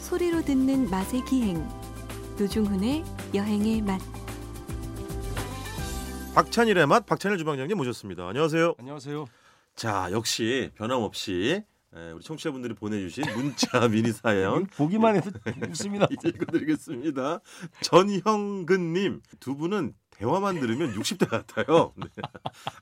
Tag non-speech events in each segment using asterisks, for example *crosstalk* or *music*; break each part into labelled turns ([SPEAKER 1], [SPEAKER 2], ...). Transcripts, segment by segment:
[SPEAKER 1] 소리로 듣는 맛의 기행 노중훈의 여행의 맛
[SPEAKER 2] 박찬일의 맛 박찬일 주방장님 모셨습니다. 안녕하세요.
[SPEAKER 3] 안녕하세요.
[SPEAKER 2] 자 역시 변함없이 예, 우리 청취자분들이 보내주신 문자 *laughs* 미니 사연
[SPEAKER 3] 보기만 해도
[SPEAKER 2] 네. *laughs*
[SPEAKER 3] 웃습니다.
[SPEAKER 2] 이제 읽어드리겠습니다. 전형근님 두 분은 대화만 들으면 60대 같아요. *laughs* 네.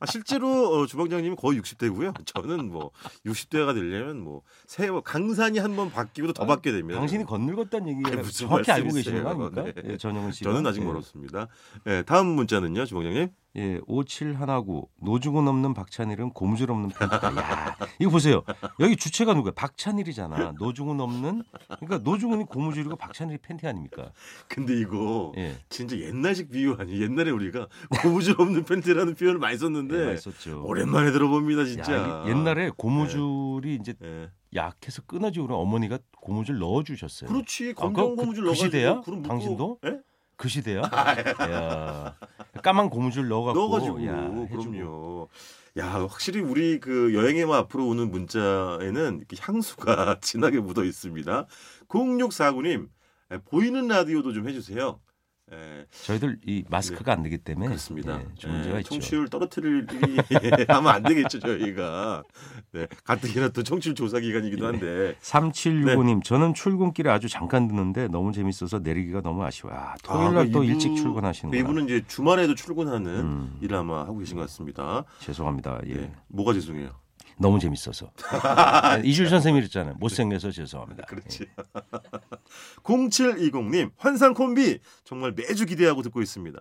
[SPEAKER 2] 아, 실제로 어, 주방장님이 거의 60대고요. 저는 뭐 60대가 되려면 뭐 세월 강산이 한 번 바뀌고도 더 바뀌게 됩니다.
[SPEAKER 3] 아, 당신이 건늙었다는 얘기가
[SPEAKER 2] 네. 아니, 무슨
[SPEAKER 3] 정확히 알고
[SPEAKER 2] 말씀이세요?
[SPEAKER 3] 계시는 거 아닙니까?
[SPEAKER 2] 네.
[SPEAKER 3] 예, 전영은 씨.
[SPEAKER 2] 저는 아직 멀었습니다. 예, 다음 문자는요, 주방장님.
[SPEAKER 3] 예, 5719 노중은 없는 박찬일은 고무줄 없는 편이다. 야, 이거 보세요. 여기 주체가 누구야? 박찬일이잖아. 노중은 없는. 그러니까 노중은이 고무줄이고 박찬일이 팬티 아닙니까?
[SPEAKER 2] 근데 이거
[SPEAKER 3] 예,
[SPEAKER 2] 진짜 옛날식 비유 아니에요. 옛날에 우리가 *laughs* 고무줄 없는 팬티라는 표현을 많이
[SPEAKER 3] 네.
[SPEAKER 2] 썼는데
[SPEAKER 3] 있었죠.
[SPEAKER 2] 오랜만에 들어봅니다, 진짜. 네.
[SPEAKER 3] 야, 이게 옛날에 고무줄이 이제
[SPEAKER 2] 예.
[SPEAKER 3] 약해서 끊어지고 그러면 어머니가 고무줄 넣어주셨어요.
[SPEAKER 2] 그렇지.
[SPEAKER 3] 아,
[SPEAKER 2] 검정
[SPEAKER 3] 그-
[SPEAKER 2] 고무줄
[SPEAKER 3] 그
[SPEAKER 2] 넣어가지고
[SPEAKER 3] 시대야?
[SPEAKER 2] 구름 묶고.
[SPEAKER 3] 당신도?
[SPEAKER 2] 예?
[SPEAKER 3] 그 시대야? 야, 까만 고무줄 넣어갖고
[SPEAKER 2] 아, 넣어가지고
[SPEAKER 3] 야, 해주고.
[SPEAKER 2] 그럼요. 야 확실히 우리 그 여행에만 앞으로 오는 문자에는 이렇게 향수가 *laughs* 진하게 묻어 있습니다. 0649님 에, 보이는 라디오도 좀 해주세요. 예, 에,
[SPEAKER 3] 저희들 이 마스크가 안 되기 때문에
[SPEAKER 2] 네. 그렇습니다.
[SPEAKER 3] 예, 좀 문제가
[SPEAKER 2] 에,
[SPEAKER 3] 있죠.
[SPEAKER 2] 청취율
[SPEAKER 3] *laughs*
[SPEAKER 2] 떨어뜨리기 하면 안 되겠죠 저희가. 네, 가뜩이나 또 청취율 조사
[SPEAKER 3] 네.
[SPEAKER 2] 기간이기도 한데
[SPEAKER 3] 3765님,
[SPEAKER 2] 네.
[SPEAKER 3] 저는 출근길에 아주 잠깐 듣는데 너무 재밌어서 내리기가 너무 아쉬워요. 아, 토요일
[SPEAKER 2] 아,
[SPEAKER 3] 날또
[SPEAKER 2] 이분- 그
[SPEAKER 3] 일찍 출근하시는 거라.
[SPEAKER 2] 이분은 이제 주말에도 출근하는
[SPEAKER 3] 음.
[SPEAKER 2] 일 아마 하고 계신 것 같습니다.
[SPEAKER 3] 죄송합니다. 예.
[SPEAKER 2] 예, 뭐가 죄송해요.
[SPEAKER 3] 너무
[SPEAKER 2] *laughs*
[SPEAKER 3] 재밌어서. 이줄 선생님이 그랬잖아요. 못생겨서 죄송합니다.
[SPEAKER 2] 그렇지. 0720님 예. 환상 콤비 정말 매주 기대하고 듣고 있습니다.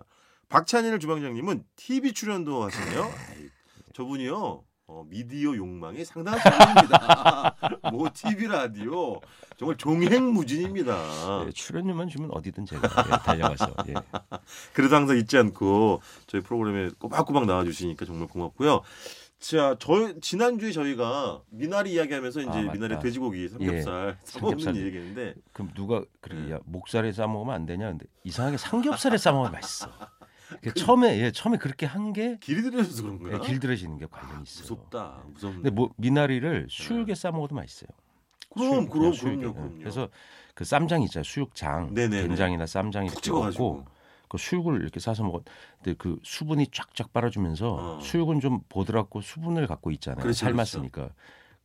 [SPEAKER 2] 박찬일 주방장님은 TV 출연도 하시네요.
[SPEAKER 3] 예.
[SPEAKER 2] 아이, 저분이요. 어, 미디어 욕망이 상당한 분입니다. *laughs* 뭐 TV 라디오 정말 종횡무진입니다.
[SPEAKER 3] 예, 출연료만 주면 어디든 제가 예, 달려가서. 예.
[SPEAKER 2] 그래도 항상 잊지 않고 저희 프로그램에 꼬박꼬박 나와주시니까 정말 고맙고요. 자, 저 지난주에 저희가 미나리 이야기하면서 이제
[SPEAKER 3] 아, 맞다. 예,
[SPEAKER 2] 미나리 돼지고기 삼겹살
[SPEAKER 3] 삼겹살.
[SPEAKER 2] 사먹는 얘기했는데
[SPEAKER 3] 그럼 누가 그렇게
[SPEAKER 2] 예.
[SPEAKER 3] 야, 목살에 싸 먹으면 안 되냐? 근데 이상하게 삼겹살에 싸 먹으면 맛있어. 그 처음에 예, 처음에 그렇게 한 게 예,
[SPEAKER 2] 길이 들여서 그런 거야.
[SPEAKER 3] 네, 길들여지는 게 관련이 있어요.
[SPEAKER 2] 무섭다. 네. 무섭네.
[SPEAKER 3] 근데 뭐 미나리를 수육에 싸 먹어도 맛있어요.
[SPEAKER 2] 그럼
[SPEAKER 3] 수육,
[SPEAKER 2] 그럼
[SPEAKER 3] 그냥 수육에.
[SPEAKER 2] 그럼요.
[SPEAKER 3] 응.
[SPEAKER 2] 그럼요.
[SPEAKER 3] 그래서 그 쌈장 있잖아요. 수육장,
[SPEAKER 2] 네네네.
[SPEAKER 3] 된장이나 쌈장
[SPEAKER 2] 푹
[SPEAKER 3] 이렇게
[SPEAKER 2] 찍어가지고.
[SPEAKER 3] 먹고 그 수육을 이렇게 싸서 먹었. 근데 그 수분이 쫙쫙 빨아주면서
[SPEAKER 2] 어.
[SPEAKER 3] 수육은 좀 보드랍고 수분을 갖고 있잖아요.
[SPEAKER 2] 그렇죠,
[SPEAKER 3] 삶았으니까.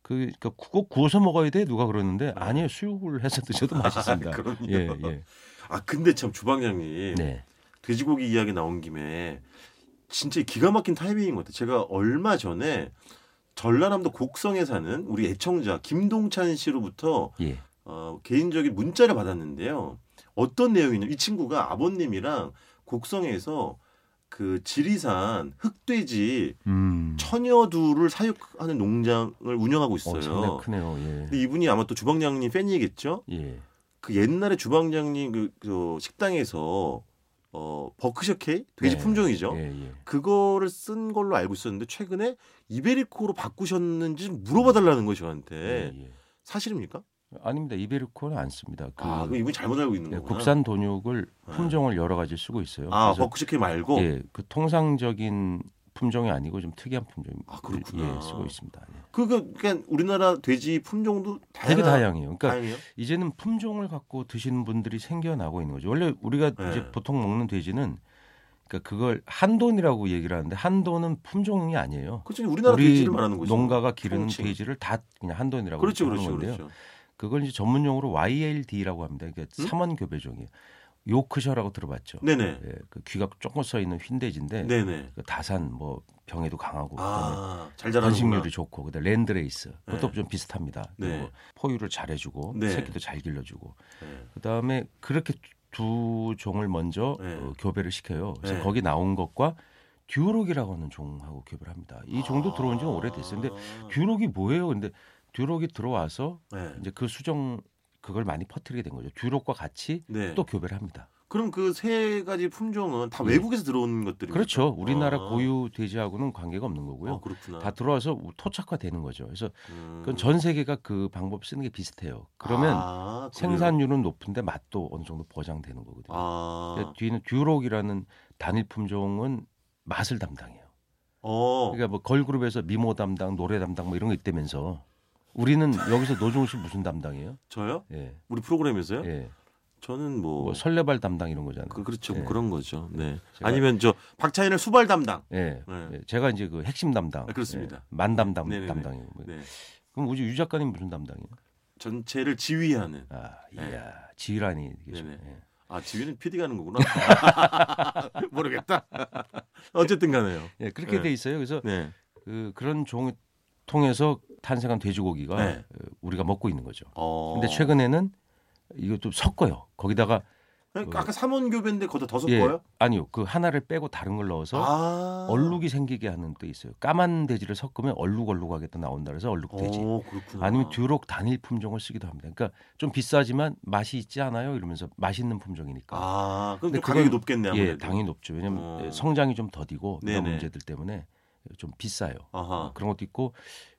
[SPEAKER 3] 그 그러니까 꼭 구워서 먹어야 돼 누가 그러는데 아니에요 수육을 해서
[SPEAKER 2] *laughs*
[SPEAKER 3] 드셔도 맛있습니다.
[SPEAKER 2] 네. 아, 그럼요. 예.
[SPEAKER 3] 예 예.
[SPEAKER 2] 아 근데 참 주방장님
[SPEAKER 3] 네.
[SPEAKER 2] 돼지고기 이야기 나온 김에 진짜 기가 막힌 타이밍인 것 같아요. 제가 얼마 전에 전라남도 곡성에 사는 우리 애청자 김동찬 씨로부터
[SPEAKER 3] 예.
[SPEAKER 2] 어, 개인적인 문자를 받았는데요. 어떤 내용이냐면 이 친구가 아버님이랑 곡성에서 그 지리산 흑돼지
[SPEAKER 3] 음.
[SPEAKER 2] 처녀두를 사육하는 농장을 운영하고
[SPEAKER 3] 어, 상당히
[SPEAKER 2] 있어요.
[SPEAKER 3] 크네요. 예.
[SPEAKER 2] 근데 이분이 아마 또 주방장님 팬이겠죠?
[SPEAKER 3] 예.
[SPEAKER 2] 그 옛날에 주방장님 그, 그 식당에서 어 버크셔 케이 돼지
[SPEAKER 3] 네.
[SPEAKER 2] 품종이죠.
[SPEAKER 3] 예, 예.
[SPEAKER 2] 그거를 쓴 걸로 알고 있었는데 최근에 이베리코로 바꾸셨는지 물어봐달라는 거예요 저한테
[SPEAKER 3] 예, 예.
[SPEAKER 2] 사실입니까?
[SPEAKER 3] 아닙니다. 이베리코는 안 씁니다. 그
[SPEAKER 2] 아 그럼 이분이 잘못 알고 있는
[SPEAKER 3] 예,
[SPEAKER 2] 거구나.
[SPEAKER 3] 국산 돈육을
[SPEAKER 2] 네.
[SPEAKER 3] 품종을 여러 가지 쓰고 있어요.
[SPEAKER 2] 아
[SPEAKER 3] 그래서
[SPEAKER 2] 버크셔 케이 말고
[SPEAKER 3] 예, 그 통상적인 품종이 아니고 좀 특이한 품종.
[SPEAKER 2] 아, 그렇구나.
[SPEAKER 3] 예, 쓰고 있습니다. 예.
[SPEAKER 2] 그거 그러니까 우리나라 돼지 품종도
[SPEAKER 3] 되게
[SPEAKER 2] 다양한,
[SPEAKER 3] 다양해요. 그러니까
[SPEAKER 2] 해요
[SPEAKER 3] 이제는 품종을 갖고 드시는 분들이 생겨나고 있는 거죠. 원래 우리가
[SPEAKER 2] 네.
[SPEAKER 3] 이제 보통 먹는 돼지는 그러니까 그걸 한돈이라고 얘기를 하는데 한돈은 품종이 아니에요.
[SPEAKER 2] 그렇죠. 우리나라
[SPEAKER 3] 우리
[SPEAKER 2] 돼지를 말하는 거죠.
[SPEAKER 3] 농가가 기르는
[SPEAKER 2] 통칭.
[SPEAKER 3] 돼지를 다 그냥 한돈이라고
[SPEAKER 2] 그렇죠,
[SPEAKER 3] 하는
[SPEAKER 2] 그렇죠,
[SPEAKER 3] 건데요.
[SPEAKER 2] 그렇죠.
[SPEAKER 3] 그걸 이제 전문용어로 YLD라고 합니다. 그러니까
[SPEAKER 2] 음?
[SPEAKER 3] 삼원 교배종이에요. 요크셔라고 들어봤죠.
[SPEAKER 2] 네네,
[SPEAKER 3] 예, 그 귀가 조금 써 있는 흰돼지인데
[SPEAKER 2] 네네.
[SPEAKER 3] 그 다산 뭐 병에도 강하고 그다음에
[SPEAKER 2] 아잘 자라는구나.
[SPEAKER 3] 번식률이 좋고 그다음에 랜드레이스 그것도 좀 비슷합니다.
[SPEAKER 2] 네.
[SPEAKER 3] 그리고 포유를 잘해주고
[SPEAKER 2] 네.
[SPEAKER 3] 새끼도 잘 길러주고
[SPEAKER 2] 네.
[SPEAKER 3] 그다음에 그렇게 두 종을 먼저
[SPEAKER 2] 네.
[SPEAKER 3] 어, 교배를 시켜요. 그래서
[SPEAKER 2] 네.
[SPEAKER 3] 거기 나온 것과 듀록이라고 하는 종하고 교배를 합니다.
[SPEAKER 2] 아.
[SPEAKER 3] 이 종도 들어온 지는 오래됐어요. 근데 듀록이 뭐예요? 근데 듀록이 들어와서
[SPEAKER 2] 네.
[SPEAKER 3] 이제 그 수종 그걸 많이 퍼뜨리게 된 거죠. 듀록과 같이
[SPEAKER 2] 네.
[SPEAKER 3] 또 교배를 합니다.
[SPEAKER 2] 그럼 그 세 가지 품종은 다
[SPEAKER 3] 예.
[SPEAKER 2] 외국에서 들어온 것들이
[SPEAKER 3] 그렇죠. 우리나라
[SPEAKER 2] 그러니까. 아.
[SPEAKER 3] 고유 돼지하고는 관계가 없는 거고요.
[SPEAKER 2] 아, 그렇구나.
[SPEAKER 3] 다 들어와서 토착화되는 거죠. 그래서
[SPEAKER 2] 음.
[SPEAKER 3] 그건 전 세계가 그 방법 쓰는 게 비슷해요. 그러면
[SPEAKER 2] 아, 그래요?
[SPEAKER 3] 생산율은 높은데 맛도 어느 정도 보장되는 거거든요.
[SPEAKER 2] 아.
[SPEAKER 3] 그러니까 뒤에는 듀록이라는 단일 품종은 맛을 담당해요.
[SPEAKER 2] 어.
[SPEAKER 3] 그러니까 뭐 걸그룹에서 미모 담당, 노래 담당 뭐 이런 거 있다면서 우리는 여기서 노종훈 씨 무슨 담당이에요?
[SPEAKER 2] 저요?
[SPEAKER 3] 예.
[SPEAKER 2] 우리 프로그램에서요?
[SPEAKER 3] 예.
[SPEAKER 2] 저는 뭐,
[SPEAKER 3] 뭐 설레발 담당 이런 거잖아요.
[SPEAKER 2] 네? 그, 그렇죠
[SPEAKER 3] 예.
[SPEAKER 2] 뭐 그런 거죠. 네.
[SPEAKER 3] 제가-
[SPEAKER 2] 아니면 저 박찬일을 수발 담당.
[SPEAKER 3] 예.
[SPEAKER 2] 네.
[SPEAKER 3] 예, 제가 이제 그 핵심 담당.
[SPEAKER 2] 아, 그렇습니다.
[SPEAKER 3] 예, 만담 담,
[SPEAKER 2] 네네네.
[SPEAKER 3] 담당이고. 뭐.
[SPEAKER 2] 네.
[SPEAKER 3] 그럼 우리 유 작가님 무슨 담당이에요?
[SPEAKER 2] 전체를 지휘하는.
[SPEAKER 3] 아,
[SPEAKER 2] 네.
[SPEAKER 3] 이야, 지란이 계셔.
[SPEAKER 2] 네네.
[SPEAKER 3] 예.
[SPEAKER 2] 아 지휘는 PD가 하는 거구나.
[SPEAKER 3] *laughs*
[SPEAKER 2] 모르겠다. 어쨌든 간에요.
[SPEAKER 3] 예, 그렇게
[SPEAKER 2] 네.
[SPEAKER 3] 돼 있어요. 그래서
[SPEAKER 2] 네.
[SPEAKER 3] 그, 그런 종 통해서 탄생한 돼지고기가
[SPEAKER 2] 네.
[SPEAKER 3] 어, 우리가 먹고 있는 거죠.
[SPEAKER 2] 어.
[SPEAKER 3] 근데 최근에는 이것도 섞어요. 거기다가
[SPEAKER 2] 그러니까 아까 삼원 교배인데 거기다 더
[SPEAKER 3] 예,
[SPEAKER 2] 섞어요?
[SPEAKER 3] 아니요, 그 하나를 빼고 다른 걸 넣어서
[SPEAKER 2] 아.
[SPEAKER 3] 얼룩이 생기게 하는 또 있어요. 까만 돼지를 섞으면 얼룩얼룩하게 또 나온다 그래서
[SPEAKER 2] 어.
[SPEAKER 3] 얼룩 돼지.
[SPEAKER 2] 오, 그렇구나.
[SPEAKER 3] 아니면 듀록 단일 품종을 쓰기도 합니다. 그러니까 좀 비싸지만 맛이 있지 않아요? 이러면서 맛있는 품종이니까.
[SPEAKER 2] 아, 그럼
[SPEAKER 3] 근데
[SPEAKER 2] 좀 가격이
[SPEAKER 3] 그건-
[SPEAKER 2] 높겠네 아무래도.
[SPEAKER 3] 예, 당이 높죠. 왜냐면
[SPEAKER 2] 어.
[SPEAKER 3] 예, 성장이 좀 더디고 이런
[SPEAKER 2] 네네.
[SPEAKER 3] 문제들 때문에 좀 비싸요.
[SPEAKER 2] 아하.
[SPEAKER 3] 그런 것도 있고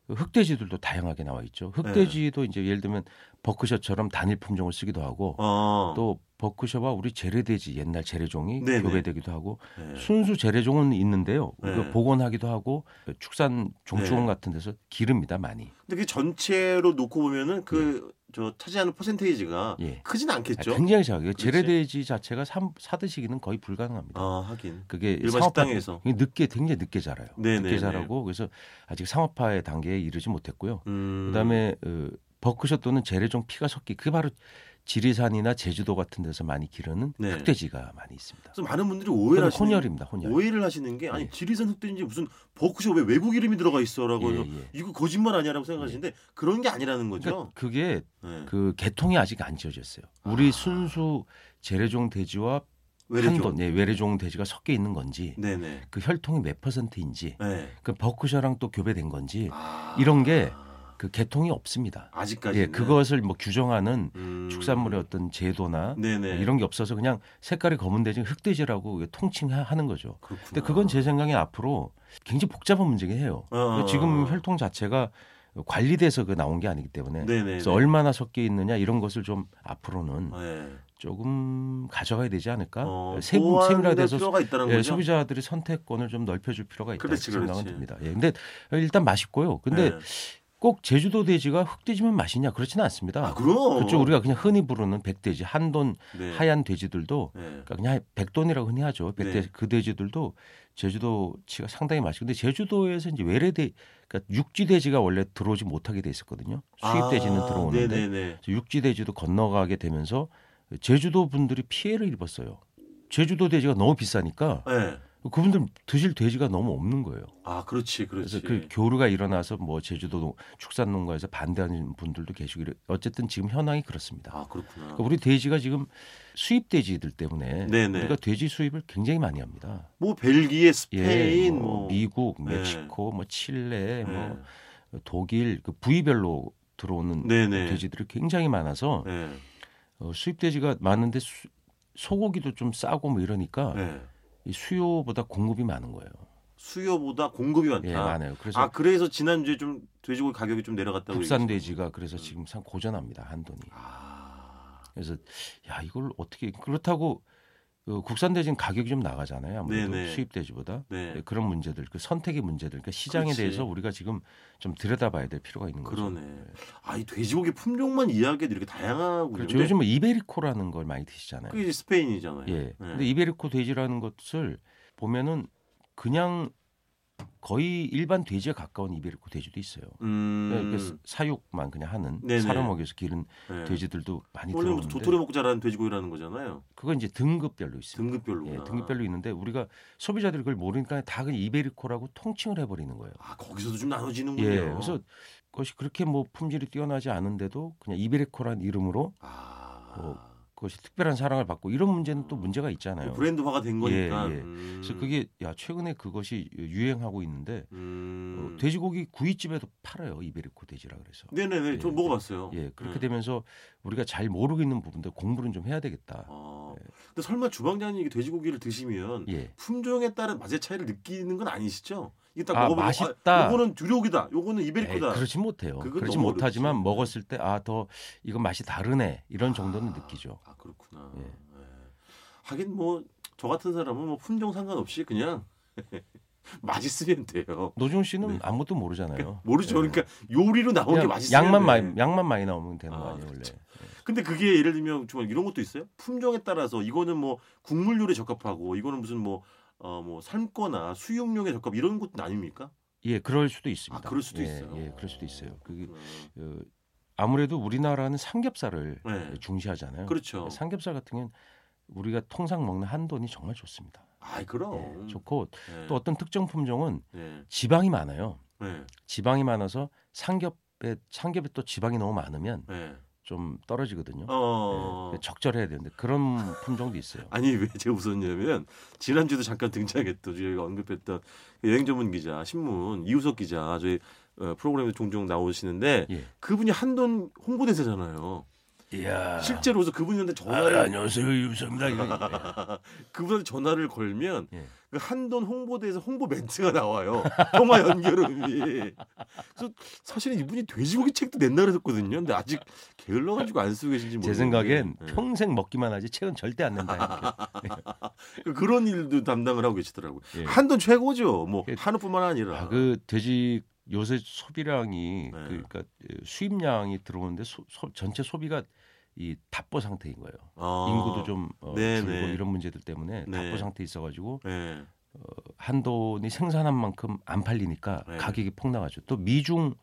[SPEAKER 3] 흑돼지들도 다양하게 나와 있죠.
[SPEAKER 2] 네.
[SPEAKER 3] 흑돼지도 이제 예를 들면 버크셔처럼 단일 품종을 쓰기도 하고
[SPEAKER 2] 어.
[SPEAKER 3] 그 또 버크셔와 우리 재래돼지 옛날 재래종이
[SPEAKER 2] 네네.
[SPEAKER 3] 교배되기도 하고
[SPEAKER 2] 네.
[SPEAKER 3] 순수 재래종은 있는데요.
[SPEAKER 2] 네.
[SPEAKER 3] 우리가 복원하기도 하고 그 축산 종축원
[SPEAKER 2] 네.
[SPEAKER 3] 같은 데서 기릅니다 많이.
[SPEAKER 2] 근데 그 전체로 놓고 보면은 그 저 차지하는 퍼센테이지가
[SPEAKER 3] 예.
[SPEAKER 2] 크진 않겠죠?
[SPEAKER 3] 아, 굉장히 작아요.
[SPEAKER 2] 그렇지.
[SPEAKER 3] 재래돼지 자체가 삼- 사드시기는 거의 불가능합니다.
[SPEAKER 2] 아, 하긴.
[SPEAKER 3] 그게
[SPEAKER 2] 일반
[SPEAKER 3] 예, 상업화-
[SPEAKER 2] 식당에서.
[SPEAKER 3] 이게 늦게 굉장히 늦게 자라요.
[SPEAKER 2] 네,
[SPEAKER 3] 늦게
[SPEAKER 2] 네,
[SPEAKER 3] 자라고 그래서 아직 상업화의 단계에 이르지 못했고요.
[SPEAKER 2] 음.
[SPEAKER 3] 그다음에 어, 버크셔 또는 재래종 피가 섞기 그게 바로 지리산이나 제주도 같은 데서 많이 기르는
[SPEAKER 2] 네.
[SPEAKER 3] 흑돼지가 많이 있습니다.
[SPEAKER 2] 그래서 많은 분들이
[SPEAKER 3] 그건
[SPEAKER 2] 오해를 하시는
[SPEAKER 3] 혼혈입니다. 혼혈.
[SPEAKER 2] 오해를 하시는 게 아니
[SPEAKER 3] 예.
[SPEAKER 2] 지리산 흑돼지 무슨 버크숍에 외국 이름이 들어가 있어라고 해서
[SPEAKER 3] 예, 예.
[SPEAKER 2] 이거 거짓말 아니야라고 생각하시는데 그런 게 아니라는
[SPEAKER 3] 그러니까
[SPEAKER 2] 거죠.
[SPEAKER 3] 그게
[SPEAKER 2] 네.
[SPEAKER 3] 그 개통이 아직 안 지어졌어요. 우리 순수 재래종 돼지와
[SPEAKER 2] 아. 외래종.
[SPEAKER 3] 한돈, 예, 외래종 돼지가 섞여 있는 건지
[SPEAKER 2] 네네.
[SPEAKER 3] 그 혈통이 몇 퍼센트인지
[SPEAKER 2] 네.
[SPEAKER 3] 그 버크셔랑 또 교배된 건지
[SPEAKER 2] 아.
[SPEAKER 3] 이런 게 그 개통이 없습니다.
[SPEAKER 2] 아직까지 음.
[SPEAKER 3] 예, 그것을 뭐 규정하는 축산물의 어떤 제도나
[SPEAKER 2] 네네.
[SPEAKER 3] 뭐 이런 게 없어서 그냥 색깔이 검은 돼지 흑돼지라고 통칭하는 거죠.
[SPEAKER 2] 그렇구나.
[SPEAKER 3] 근데 그건 제 생각에 앞으로 굉장히 복잡한 문제긴 해요. 그러니까
[SPEAKER 2] 어.
[SPEAKER 3] 지금 혈통 자체가 관리돼서 그 나온 게 아니기 때문에
[SPEAKER 2] 네네.
[SPEAKER 3] 그래서 얼마나 섞여 있느냐 이런 것을 좀 앞으로는
[SPEAKER 2] 네.
[SPEAKER 3] 조금 가져가야 되지 않을까?
[SPEAKER 2] 어,
[SPEAKER 3] 세, 세밀하게
[SPEAKER 2] 보완될
[SPEAKER 3] 돼서
[SPEAKER 2] 필요가 있다는
[SPEAKER 3] 예,
[SPEAKER 2] 거죠.
[SPEAKER 3] 소비자들의 선택권을 좀 넓혀줄 필요가 있다
[SPEAKER 2] 그렇지,
[SPEAKER 3] 이렇게 생각은
[SPEAKER 2] 그렇지.
[SPEAKER 3] 듭니다. 예, 근데 일단 맛있고요. 근데
[SPEAKER 2] 네.
[SPEAKER 3] 꼭 제주도 돼지가 흑돼지만 맛있냐 그렇지는 않습니다.
[SPEAKER 2] 아 그럼
[SPEAKER 3] 그쪽 우리가 그냥 흔히 부르는 백돼지, 한돈
[SPEAKER 2] 네.
[SPEAKER 3] 하얀 돼지들도
[SPEAKER 2] 네.
[SPEAKER 3] 그러니까 그냥 백돈이라고 흔히 하죠. 백돼
[SPEAKER 2] 네.
[SPEAKER 3] 그 돼지들도 제주도 치가 상당히 맛있고 근데 제주도에서 이제 외래돼 그러니까 육지 돼지가 원래 들어오지 못하게 돼 있었거든요. 수입 돼지는
[SPEAKER 2] 아,
[SPEAKER 3] 들어오는데
[SPEAKER 2] 네네네.
[SPEAKER 3] 그래서 육지 돼지도 건너가게 되면서 제주도 분들이 피해를 입었어요. 제주도 돼지가 너무 비싸니까
[SPEAKER 2] 네.
[SPEAKER 3] 그분들 드실 돼지가 너무 없는 거예요.
[SPEAKER 2] 아 그렇지
[SPEAKER 3] 그래서
[SPEAKER 2] 그렇지.
[SPEAKER 3] 그 교류가 일어나서 뭐 제주도 농- 축산 농가에서 반대하는 분들도 계시고 이래- 어쨌든 지금 현황이 그렇습니다.
[SPEAKER 2] 아 그렇구나.
[SPEAKER 3] 그러니까 우리 돼지가 지금 수입 돼지들 때문에
[SPEAKER 2] 네네.
[SPEAKER 3] 우리가 돼지 수입을 굉장히 많이 합니다.
[SPEAKER 2] 뭐 벨기에,
[SPEAKER 3] 예,
[SPEAKER 2] 스페인,
[SPEAKER 3] 뭐
[SPEAKER 2] 뭐
[SPEAKER 3] 미국,
[SPEAKER 2] 네.
[SPEAKER 3] 멕시코, 뭐
[SPEAKER 2] 네.
[SPEAKER 3] 칠레, 뭐 독일 그 부위별로 들어오는
[SPEAKER 2] 네네.
[SPEAKER 3] 뭐 돼지들이 굉장히 많아서
[SPEAKER 2] 네.
[SPEAKER 3] 어, 수입 돼지가 많은데 수- 소고기도 좀 싸고 뭐 이러니까
[SPEAKER 2] 네.
[SPEAKER 3] 이 수요보다 공급이 많은 거예요.
[SPEAKER 2] 수요보다 공급이 많다.
[SPEAKER 3] 예, 많아요. 그래서
[SPEAKER 2] 아 그래서 지난주에 좀 돼지고기 가격이 좀 내려갔다고 음.
[SPEAKER 3] 국산
[SPEAKER 2] 얘기했어요.
[SPEAKER 3] 돼지가 그래서 지금 상 고전합니다 한돈이.
[SPEAKER 2] 아
[SPEAKER 3] 그래서 야 이걸 어떻게 그렇다고 어, 국산 돼지는 가격이 좀 나가잖아요. 아무래도
[SPEAKER 2] 네네.
[SPEAKER 3] 수입 돼지보다
[SPEAKER 2] 네.
[SPEAKER 3] 예, 그런 문제들, 그 선택의 문제들, 그러니까 시장에
[SPEAKER 2] 그렇지.
[SPEAKER 3] 대해서 우리가 지금 좀 들여다봐야 될 필요가 있는 거죠. 예.
[SPEAKER 2] 그러네. 아 이 돼지고기 품종만 이야기해도 이렇게 다양하고
[SPEAKER 3] 그렇죠. 요즘은 이베리코라는 걸 많이 드시잖아요.
[SPEAKER 2] 그게 이제 스페인이잖아요.
[SPEAKER 3] 예.
[SPEAKER 2] 네.
[SPEAKER 3] 근데 이베리코 돼지라는 것을 보면은 그냥 거의 일반 돼지에 가까운 이베리코 돼지도 있어요.
[SPEAKER 2] 음.
[SPEAKER 3] 그러니까 사육만 그냥 하는
[SPEAKER 2] 네네.
[SPEAKER 3] 사람 먹여서 기른
[SPEAKER 2] 네.
[SPEAKER 3] 돼지들도 많이
[SPEAKER 2] 원래부터
[SPEAKER 3] 들어오는데
[SPEAKER 2] 도토리 먹고 자라는 돼지고기라는 거잖아요.
[SPEAKER 3] 그건 이제 등급별로 있습니다.
[SPEAKER 2] 등급별로.
[SPEAKER 3] 예, 등급별로 있는데 우리가 소비자들이 그걸 모르니까 다 그냥 이베리코라고 통칭을 해버리는 거예요.
[SPEAKER 2] 아 거기서도 좀 나눠지는군요.
[SPEAKER 3] 예, 그래서 그것이 그렇게 뭐 품질이 뛰어나지 않은데도 그냥 이베리코란 이름으로
[SPEAKER 2] 아.
[SPEAKER 3] 어, 그것이 특별한 사랑을 받고 이런 문제는 또 문제가 있잖아요.
[SPEAKER 2] 뭐 브랜드화가 된 거니까.
[SPEAKER 3] 예, 예.
[SPEAKER 2] 음.
[SPEAKER 3] 그래서 그게 야 최근에 그것이 유행하고 있는데
[SPEAKER 2] 음.
[SPEAKER 3] 어, 돼지고기 구이집에도 팔아요 이베리코 돼지라 그래서
[SPEAKER 2] 네네네. 저
[SPEAKER 3] 예,
[SPEAKER 2] 먹어봤어요.
[SPEAKER 3] 예 그렇게
[SPEAKER 2] 네.
[SPEAKER 3] 되면서 우리가 잘 모르겠는 부분들 공부는 좀 해야 되겠다.
[SPEAKER 2] 어. 근데 설마 주방장님이 이게 돼지고기를 드시면
[SPEAKER 3] 예.
[SPEAKER 2] 품종에 따른 맛의 차이를 느끼는 건 아니시죠? 이게 딱
[SPEAKER 3] 아,
[SPEAKER 2] 먹어보면
[SPEAKER 3] 맛있다. 네,
[SPEAKER 2] 아, 요거는 두려기다. 요거는 이베리코다.
[SPEAKER 3] 에이, 그렇지 못해요.
[SPEAKER 2] 그건
[SPEAKER 3] 그렇지
[SPEAKER 2] 너무
[SPEAKER 3] 못하지만
[SPEAKER 2] 어렵지.
[SPEAKER 3] 먹었을 때 아 더 이건 맛이 다르네 이런 정도는
[SPEAKER 2] 아,
[SPEAKER 3] 느끼죠.
[SPEAKER 2] 아 그렇구나.
[SPEAKER 3] 예.
[SPEAKER 2] 예. 하긴 뭐 저 같은 사람은 뭐 품종 상관없이 그냥 *laughs* 맛있으면 돼요.
[SPEAKER 3] 노중 씨는
[SPEAKER 2] 네.
[SPEAKER 3] 아무것도 모르잖아요.
[SPEAKER 2] 모르죠.
[SPEAKER 3] 예.
[SPEAKER 2] 그러니까 요리로 나오는 게
[SPEAKER 3] 그냥
[SPEAKER 2] 맛있어요.
[SPEAKER 3] 양만 많이 양만 많이 나오면 되는 거
[SPEAKER 2] 아,
[SPEAKER 3] 아니에요 원래.
[SPEAKER 2] 그렇죠. 근데 그게 예를 들면 정말 이런 것도 있어요. 품종에 따라서 이거는 뭐 국물 요리에 적합하고 이거는 무슨 뭐 어, 뭐 삶거나 수육용에 적합 이런 것도 아닙니까?
[SPEAKER 3] 예, 그럴 수도 있습니다.
[SPEAKER 2] 아, 그럴 수도
[SPEAKER 3] 예,
[SPEAKER 2] 있어요.
[SPEAKER 3] 예, 그럴 수도 있어요. 그게
[SPEAKER 2] 음,
[SPEAKER 3] 어, 아무래도 우리나라는 삼겹살을 예,
[SPEAKER 2] 네.
[SPEAKER 3] 중시하잖아요.
[SPEAKER 2] 그렇죠.
[SPEAKER 3] 삼겹살 같은 경우는 우리가 통상 먹는 한돈이 정말 좋습니다.
[SPEAKER 2] 아이
[SPEAKER 3] 예,
[SPEAKER 2] 그럼.
[SPEAKER 3] 좋고
[SPEAKER 2] 어. 네.
[SPEAKER 3] 또 어떤 특정 품종은
[SPEAKER 2] 네.
[SPEAKER 3] 지방이 많아요.
[SPEAKER 2] 네.
[SPEAKER 3] 지방이 많아서 삼겹에 삼겹에 또 지방이 너무 많으면
[SPEAKER 2] 네.
[SPEAKER 3] 좀 떨어지거든요.
[SPEAKER 2] 어.
[SPEAKER 3] 예, 적절해야 되는데 그런 품종도 있어요.
[SPEAKER 2] 아니 왜 제가 웃었냐면 지난주도 잠깐 등장했던 저희가 언급했던 그 여행 전문 기자 신문 이우석 기자 저희 어, 프로그램에 종종 나오시는데
[SPEAKER 3] 예.
[SPEAKER 2] 그분이 한돈 홍보대사잖아요.
[SPEAKER 3] 이야.
[SPEAKER 2] 실제로서 그분한테 전화를
[SPEAKER 3] 아, 안녕하세요 유성입니다. 이거.
[SPEAKER 2] *laughs* 그분한테 전화를 걸면
[SPEAKER 3] 예.
[SPEAKER 2] 그 한돈 홍보대에서 홍보 멘트가 나와요. 통화 연결음이. 그래서 사실은 이분이 돼지고기 책도 낸날 했었거든요. 근데 아직 게을러 가지고 안 쓰고 계신지
[SPEAKER 3] 제
[SPEAKER 2] 모르겠는데.
[SPEAKER 3] 생각엔
[SPEAKER 2] 예.
[SPEAKER 3] 평생 먹기만 하지 책은 절대 안 낸다. 이렇게.
[SPEAKER 2] 네. 그런 일도 담당을 하고 계시더라고요.
[SPEAKER 3] 예.
[SPEAKER 2] *laughs* 한돈 최고죠. 뭐
[SPEAKER 3] 그-
[SPEAKER 2] 한우뿐만 아니라.
[SPEAKER 3] 아, 그 돼지 요새 소비량이
[SPEAKER 2] 네.
[SPEAKER 3] 그 그러니까 수입량이 들어오는데 소, 소- 전체 소비가 이 답보 상태인 거예요.
[SPEAKER 2] 아,
[SPEAKER 3] 인구도 좀 어,
[SPEAKER 2] 네,
[SPEAKER 3] 줄고
[SPEAKER 2] 네.
[SPEAKER 3] 이런 문제들 때문에
[SPEAKER 2] 네.
[SPEAKER 3] 답보 상태 에 있어가지고
[SPEAKER 2] 예.
[SPEAKER 3] 한돈이 생산한 만큼 안 팔리니까
[SPEAKER 2] 네.
[SPEAKER 3] 가격이 폭락하죠. 또 미중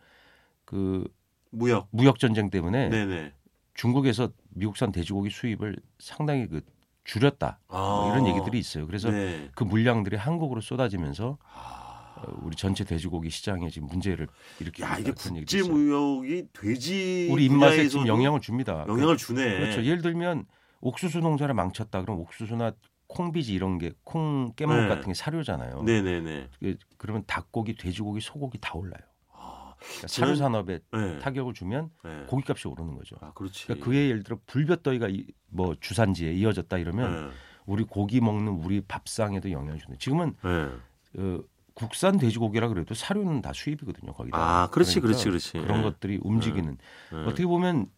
[SPEAKER 3] 그
[SPEAKER 2] 무역.
[SPEAKER 3] 무역 전쟁 때문에
[SPEAKER 2] 네, 네.
[SPEAKER 3] 중국에서 미국산 돼지고기 수입을 상당히 그 줄였다
[SPEAKER 2] 아.
[SPEAKER 3] 뭐 이런 얘기들이 있어요. 그래서
[SPEAKER 2] 네.
[SPEAKER 3] 그 물량들이 한국으로 쏟아지면서
[SPEAKER 2] 아.
[SPEAKER 3] 어, 우리 전체 돼지고기 시장에 지금 문제를 일으키고
[SPEAKER 2] 야, 이게
[SPEAKER 3] 있다, 그런 얘기도
[SPEAKER 2] 국제
[SPEAKER 3] 있어요.
[SPEAKER 2] 무역이 돼지
[SPEAKER 3] 우리 입맛에
[SPEAKER 2] 분야에서도
[SPEAKER 3] 지금 영향을 줍니다.
[SPEAKER 2] 그 영향을 주네.
[SPEAKER 3] 그, 렇죠 예를 들면 옥수수 농사를 망쳤다. 그럼 옥수수나 콩비지 이런 게 콩
[SPEAKER 2] 네.
[SPEAKER 3] 깨물 같은 게 사료잖아요.
[SPEAKER 2] 네, 네, 네.
[SPEAKER 3] 그- 그러면 닭고기, 돼지고기, 소고기 다 올라요.
[SPEAKER 2] 아,
[SPEAKER 3] 그러니까
[SPEAKER 2] 저는-
[SPEAKER 3] 사료 산업에
[SPEAKER 2] 네.
[SPEAKER 3] 타격을 주면
[SPEAKER 2] 네.
[SPEAKER 3] 고기값이 오르는 거죠.
[SPEAKER 2] 아, 그렇지.
[SPEAKER 3] 그러니까 그에 예를 들어 불볕더위가 이- 뭐 주산지에 이어졌다 이러면
[SPEAKER 2] 예.
[SPEAKER 3] 우리 고기 먹는 우리 밥상에도 영향을 주는. 지금은
[SPEAKER 2] 예.
[SPEAKER 3] 어, 국산 돼지고기라 그래도 사료는 다 수입이거든요. 거기다.
[SPEAKER 2] 아, 그렇지,
[SPEAKER 3] 그러니까
[SPEAKER 2] 그렇지, 그렇지.
[SPEAKER 3] 그런
[SPEAKER 2] 예.
[SPEAKER 3] 것들이 움직이는
[SPEAKER 2] 예.
[SPEAKER 3] 어떻게 보면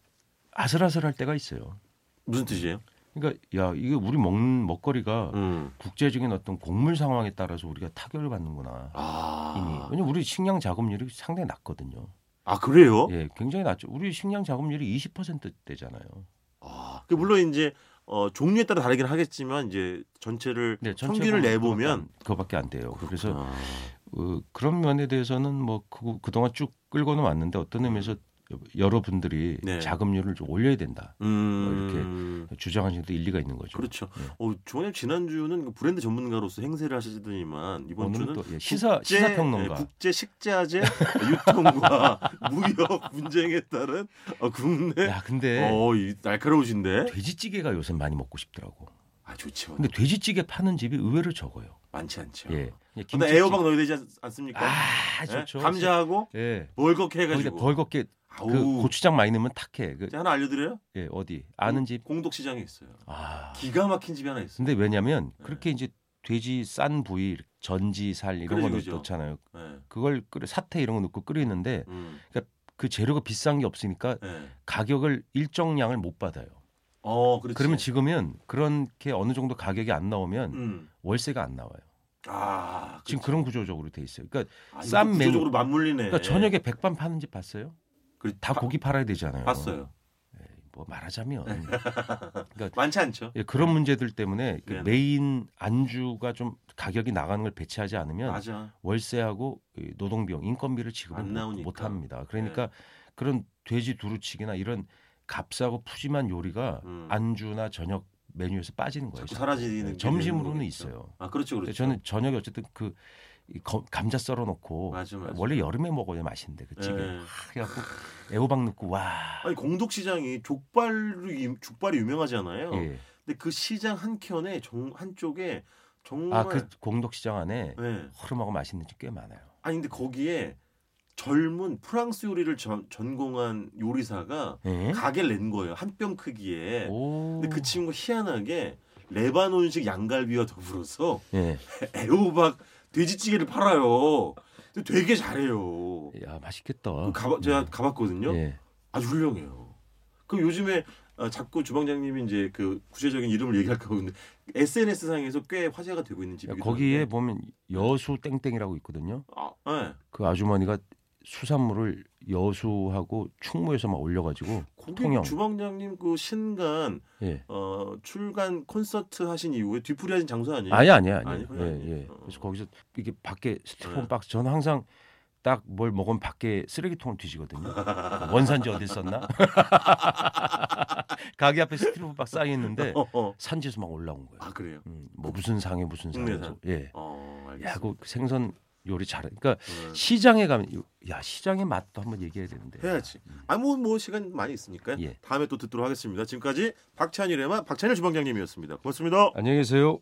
[SPEAKER 3] 아슬아슬할 때가 있어요.
[SPEAKER 2] 무슨 뜻이에요?
[SPEAKER 3] 그러니까 야 이게 우리 먹는 먹거리가
[SPEAKER 2] 음.
[SPEAKER 3] 국제적인 어떤 곡물 상황에 따라서 우리가 타격을 받는구나. 이미
[SPEAKER 2] 아,
[SPEAKER 3] 왜냐 우리 식량 자급률이 상당히 낮거든요.
[SPEAKER 2] 아 그래요?
[SPEAKER 3] 예, 굉장히 낮죠. 우리 식량 자급률이 20%대잖아요.
[SPEAKER 2] 아, 그 물론 이제 어, 종류에 따라 다르긴 하겠지만 이제 전체를
[SPEAKER 3] 네,
[SPEAKER 2] 평균을 내보면
[SPEAKER 3] 그거밖에 안 돼요. 그래서
[SPEAKER 2] 아,
[SPEAKER 3] 어, 그런 면에 대해서는 뭐 그, 그동안 쭉 끌고는 왔는데 어떤 의미에서 여러분들이
[SPEAKER 2] 네.
[SPEAKER 3] 자급률을 좀 올려야 된다
[SPEAKER 2] 음,
[SPEAKER 3] 주장하시는 것도 일리가 있는 거죠.
[SPEAKER 2] 그렇죠.
[SPEAKER 3] 뭐 예.
[SPEAKER 2] 어, 조원님 지난주는 그 브랜드 전문가로서 행세를 하시더니만 이번
[SPEAKER 3] 오늘은
[SPEAKER 2] 주는
[SPEAKER 3] 또 예, 시사
[SPEAKER 2] 국제,
[SPEAKER 3] 시사평론가
[SPEAKER 2] 예, 국제 식자재 유통과 *laughs* 무역 분쟁에 따른 어, 국내
[SPEAKER 3] 야, 네. 근데
[SPEAKER 2] 어, 이 날카로우신데.
[SPEAKER 3] 돼지찌개가 요새 많이 먹고 싶더라고.
[SPEAKER 2] 아, 좋죠.
[SPEAKER 3] 근데 돼지찌개 파는 집이 의외로 적어요.
[SPEAKER 2] 많지 않죠.
[SPEAKER 3] 예. 예,
[SPEAKER 2] 아. 근데
[SPEAKER 3] 김치찌개.
[SPEAKER 2] 에어박 넣어야 되지 않- 않습니까?
[SPEAKER 3] 아,
[SPEAKER 2] 예?
[SPEAKER 3] 좋죠.
[SPEAKER 2] 감자하고
[SPEAKER 3] 예.
[SPEAKER 2] 벌겋게
[SPEAKER 3] 거기다
[SPEAKER 2] 해가지고.
[SPEAKER 3] 벌겋게 그
[SPEAKER 2] 아우.
[SPEAKER 3] 고추장 많이 넣으면 탁해. 그,
[SPEAKER 2] 제가 하나 알려드려요.
[SPEAKER 3] 예, 어디 아는
[SPEAKER 2] 공-
[SPEAKER 3] 집.
[SPEAKER 2] 공덕시장에 있어요.
[SPEAKER 3] 아.
[SPEAKER 2] 기가 예. 막힌 집이 하나 있어요.
[SPEAKER 3] 근데 왜냐면 그렇게 이제 돼지 싼 부위 전지살 이런 거
[SPEAKER 2] 그러죠, 그러죠.
[SPEAKER 3] 넣잖아요.
[SPEAKER 2] 예.
[SPEAKER 3] 그걸 끓여 사태 이런 거 넣고 끓이는데
[SPEAKER 2] 음,
[SPEAKER 3] 그 재료가 비싼 게 없으니까
[SPEAKER 2] 예.
[SPEAKER 3] 가격을 일정량을 못 받아요.
[SPEAKER 2] 어, 그렇지.
[SPEAKER 3] 그러면 지금은 그렇게 어느 정도 가격이 안 나오면
[SPEAKER 2] 음.
[SPEAKER 3] 월세가 안 나와요.
[SPEAKER 2] 아,
[SPEAKER 3] 지금
[SPEAKER 2] 그치. 예.
[SPEAKER 3] 그런 구조적으로 돼 있어요. 그러니까,
[SPEAKER 2] 아,
[SPEAKER 3] 싼
[SPEAKER 2] 싼
[SPEAKER 3] 메뉴.
[SPEAKER 2] 구조적으로 맞물리네.
[SPEAKER 3] 그러니까 저녁에 백반 파는 집 봤어요?
[SPEAKER 2] 그래,
[SPEAKER 3] 다
[SPEAKER 2] 바-
[SPEAKER 3] 고기 팔아야 되잖아요.
[SPEAKER 2] 봤어요. 네.
[SPEAKER 3] 뭐 말하자면
[SPEAKER 2] 많지 않죠.
[SPEAKER 3] 예, 그런 문제들 때문에 그
[SPEAKER 2] 네네.
[SPEAKER 3] 메인 안주가 좀 가격이 나가는 걸 배치하지 않으면
[SPEAKER 2] 맞아.
[SPEAKER 3] 월세하고 이 노동비용, 인건비를 지급을
[SPEAKER 2] 안
[SPEAKER 3] 못,
[SPEAKER 2] 나오니까. 네.
[SPEAKER 3] 못 합니다. 그러니까 그런 돼지 두루치기나 이런 값싸고 푸짐한 요리가
[SPEAKER 2] 음.
[SPEAKER 3] 안주나 저녁 메뉴에서 빠지는 거예요. 네,
[SPEAKER 2] 자꾸 사라지는 게
[SPEAKER 3] 점심으로는
[SPEAKER 2] 되는
[SPEAKER 3] 있어요.
[SPEAKER 2] 아, 그렇죠,
[SPEAKER 3] 근데
[SPEAKER 2] 그렇죠.
[SPEAKER 3] 저는 저녁에 어쨌든 그 이 거- 감자 썰어 놓고
[SPEAKER 2] 맞아, 맞아.
[SPEAKER 3] 뭐 원래 여름에 먹어야 맛있는데 그 찌개.
[SPEAKER 2] 예.
[SPEAKER 3] 하, 그래갖고 애호박 넣고 와.
[SPEAKER 2] 아니 공덕시장이 족발로 유- 족발이 유명하잖아요.
[SPEAKER 3] 예.
[SPEAKER 2] 근데 그 시장 한 켠에 정, 한쪽에 정말
[SPEAKER 3] 아그 공덕시장 안에
[SPEAKER 2] 예.
[SPEAKER 3] 허름하고 맛있는 집 꽤 많아요.
[SPEAKER 2] 아니 근데 거기에 젊은 프랑스 요리를 전, 전공한 요리사가
[SPEAKER 3] 예?
[SPEAKER 2] 가게를 낸 거예요. 한 뼘 크기에.
[SPEAKER 3] 오.
[SPEAKER 2] 근데 그 친구 가 희한하게 레바논식 양갈비와 더불어서
[SPEAKER 3] 예.
[SPEAKER 2] 애호박 돼지찌개를 팔아요. 근데 되게 잘해요.
[SPEAKER 3] 야 맛있겠다.
[SPEAKER 2] 그 가봐, 제가 가봤거든요.
[SPEAKER 3] 아, 예.
[SPEAKER 2] 아주 어, 훌륭해요. 그럼 요즘에 아, 자꾸 주방장님이 이제 그 구체적인 이름을 그 얘기할까 보는데 SNS 상에서 꽤 화제가 되고 있는 집이기도
[SPEAKER 3] 거기에
[SPEAKER 2] 한데.
[SPEAKER 3] 보면 여수 땡땡이라고 있거든요.
[SPEAKER 2] 아, 네.
[SPEAKER 3] 그 아주머니가 수산물을 여수하고 충무에서 막 올려가지고
[SPEAKER 2] 거기
[SPEAKER 3] 통영.
[SPEAKER 2] 주방장님 그 신간
[SPEAKER 3] 예.
[SPEAKER 2] 어, 출간 콘서트 하신 이후에 뒤풀이 하신 장소 아니에요?
[SPEAKER 3] 아니 아니 아니.
[SPEAKER 2] 아니군요,
[SPEAKER 3] 예,
[SPEAKER 2] 아니군요.
[SPEAKER 3] 예. 그래서 거기서 이게 밖에 스티로폼
[SPEAKER 2] 네.
[SPEAKER 3] 박스 저는 항상 딱 뭘 먹으면 밖에 쓰레기통을 뒤지거든요. 아, 원산지 어디 썼나? *laughs* 가게 앞에 스티로폼 박스 쌓여 있는데
[SPEAKER 2] 어, 어.
[SPEAKER 3] 산지에서 막 올라온 거예요.
[SPEAKER 2] 아 그래요.
[SPEAKER 3] 음, 뭐 무슨 상에 무슨 상에
[SPEAKER 2] 국내산.
[SPEAKER 3] 예.
[SPEAKER 2] 어,
[SPEAKER 3] 야,
[SPEAKER 2] 알겠습니다.
[SPEAKER 3] 그 생선 요리 잘해. 그러니까
[SPEAKER 2] 네.
[SPEAKER 3] 시장에 가면 야 시장의 맛도 한번 얘기해야 되는데.
[SPEAKER 2] 해야지. 아무 뭐 시간 많이 있으니까
[SPEAKER 3] 음. 예.
[SPEAKER 2] 다음에 또 듣도록 하겠습니다. 지금까지 박찬일의 맛 박찬일 주방장님이었습니다. 고맙습니다.
[SPEAKER 3] 안녕히 계세요.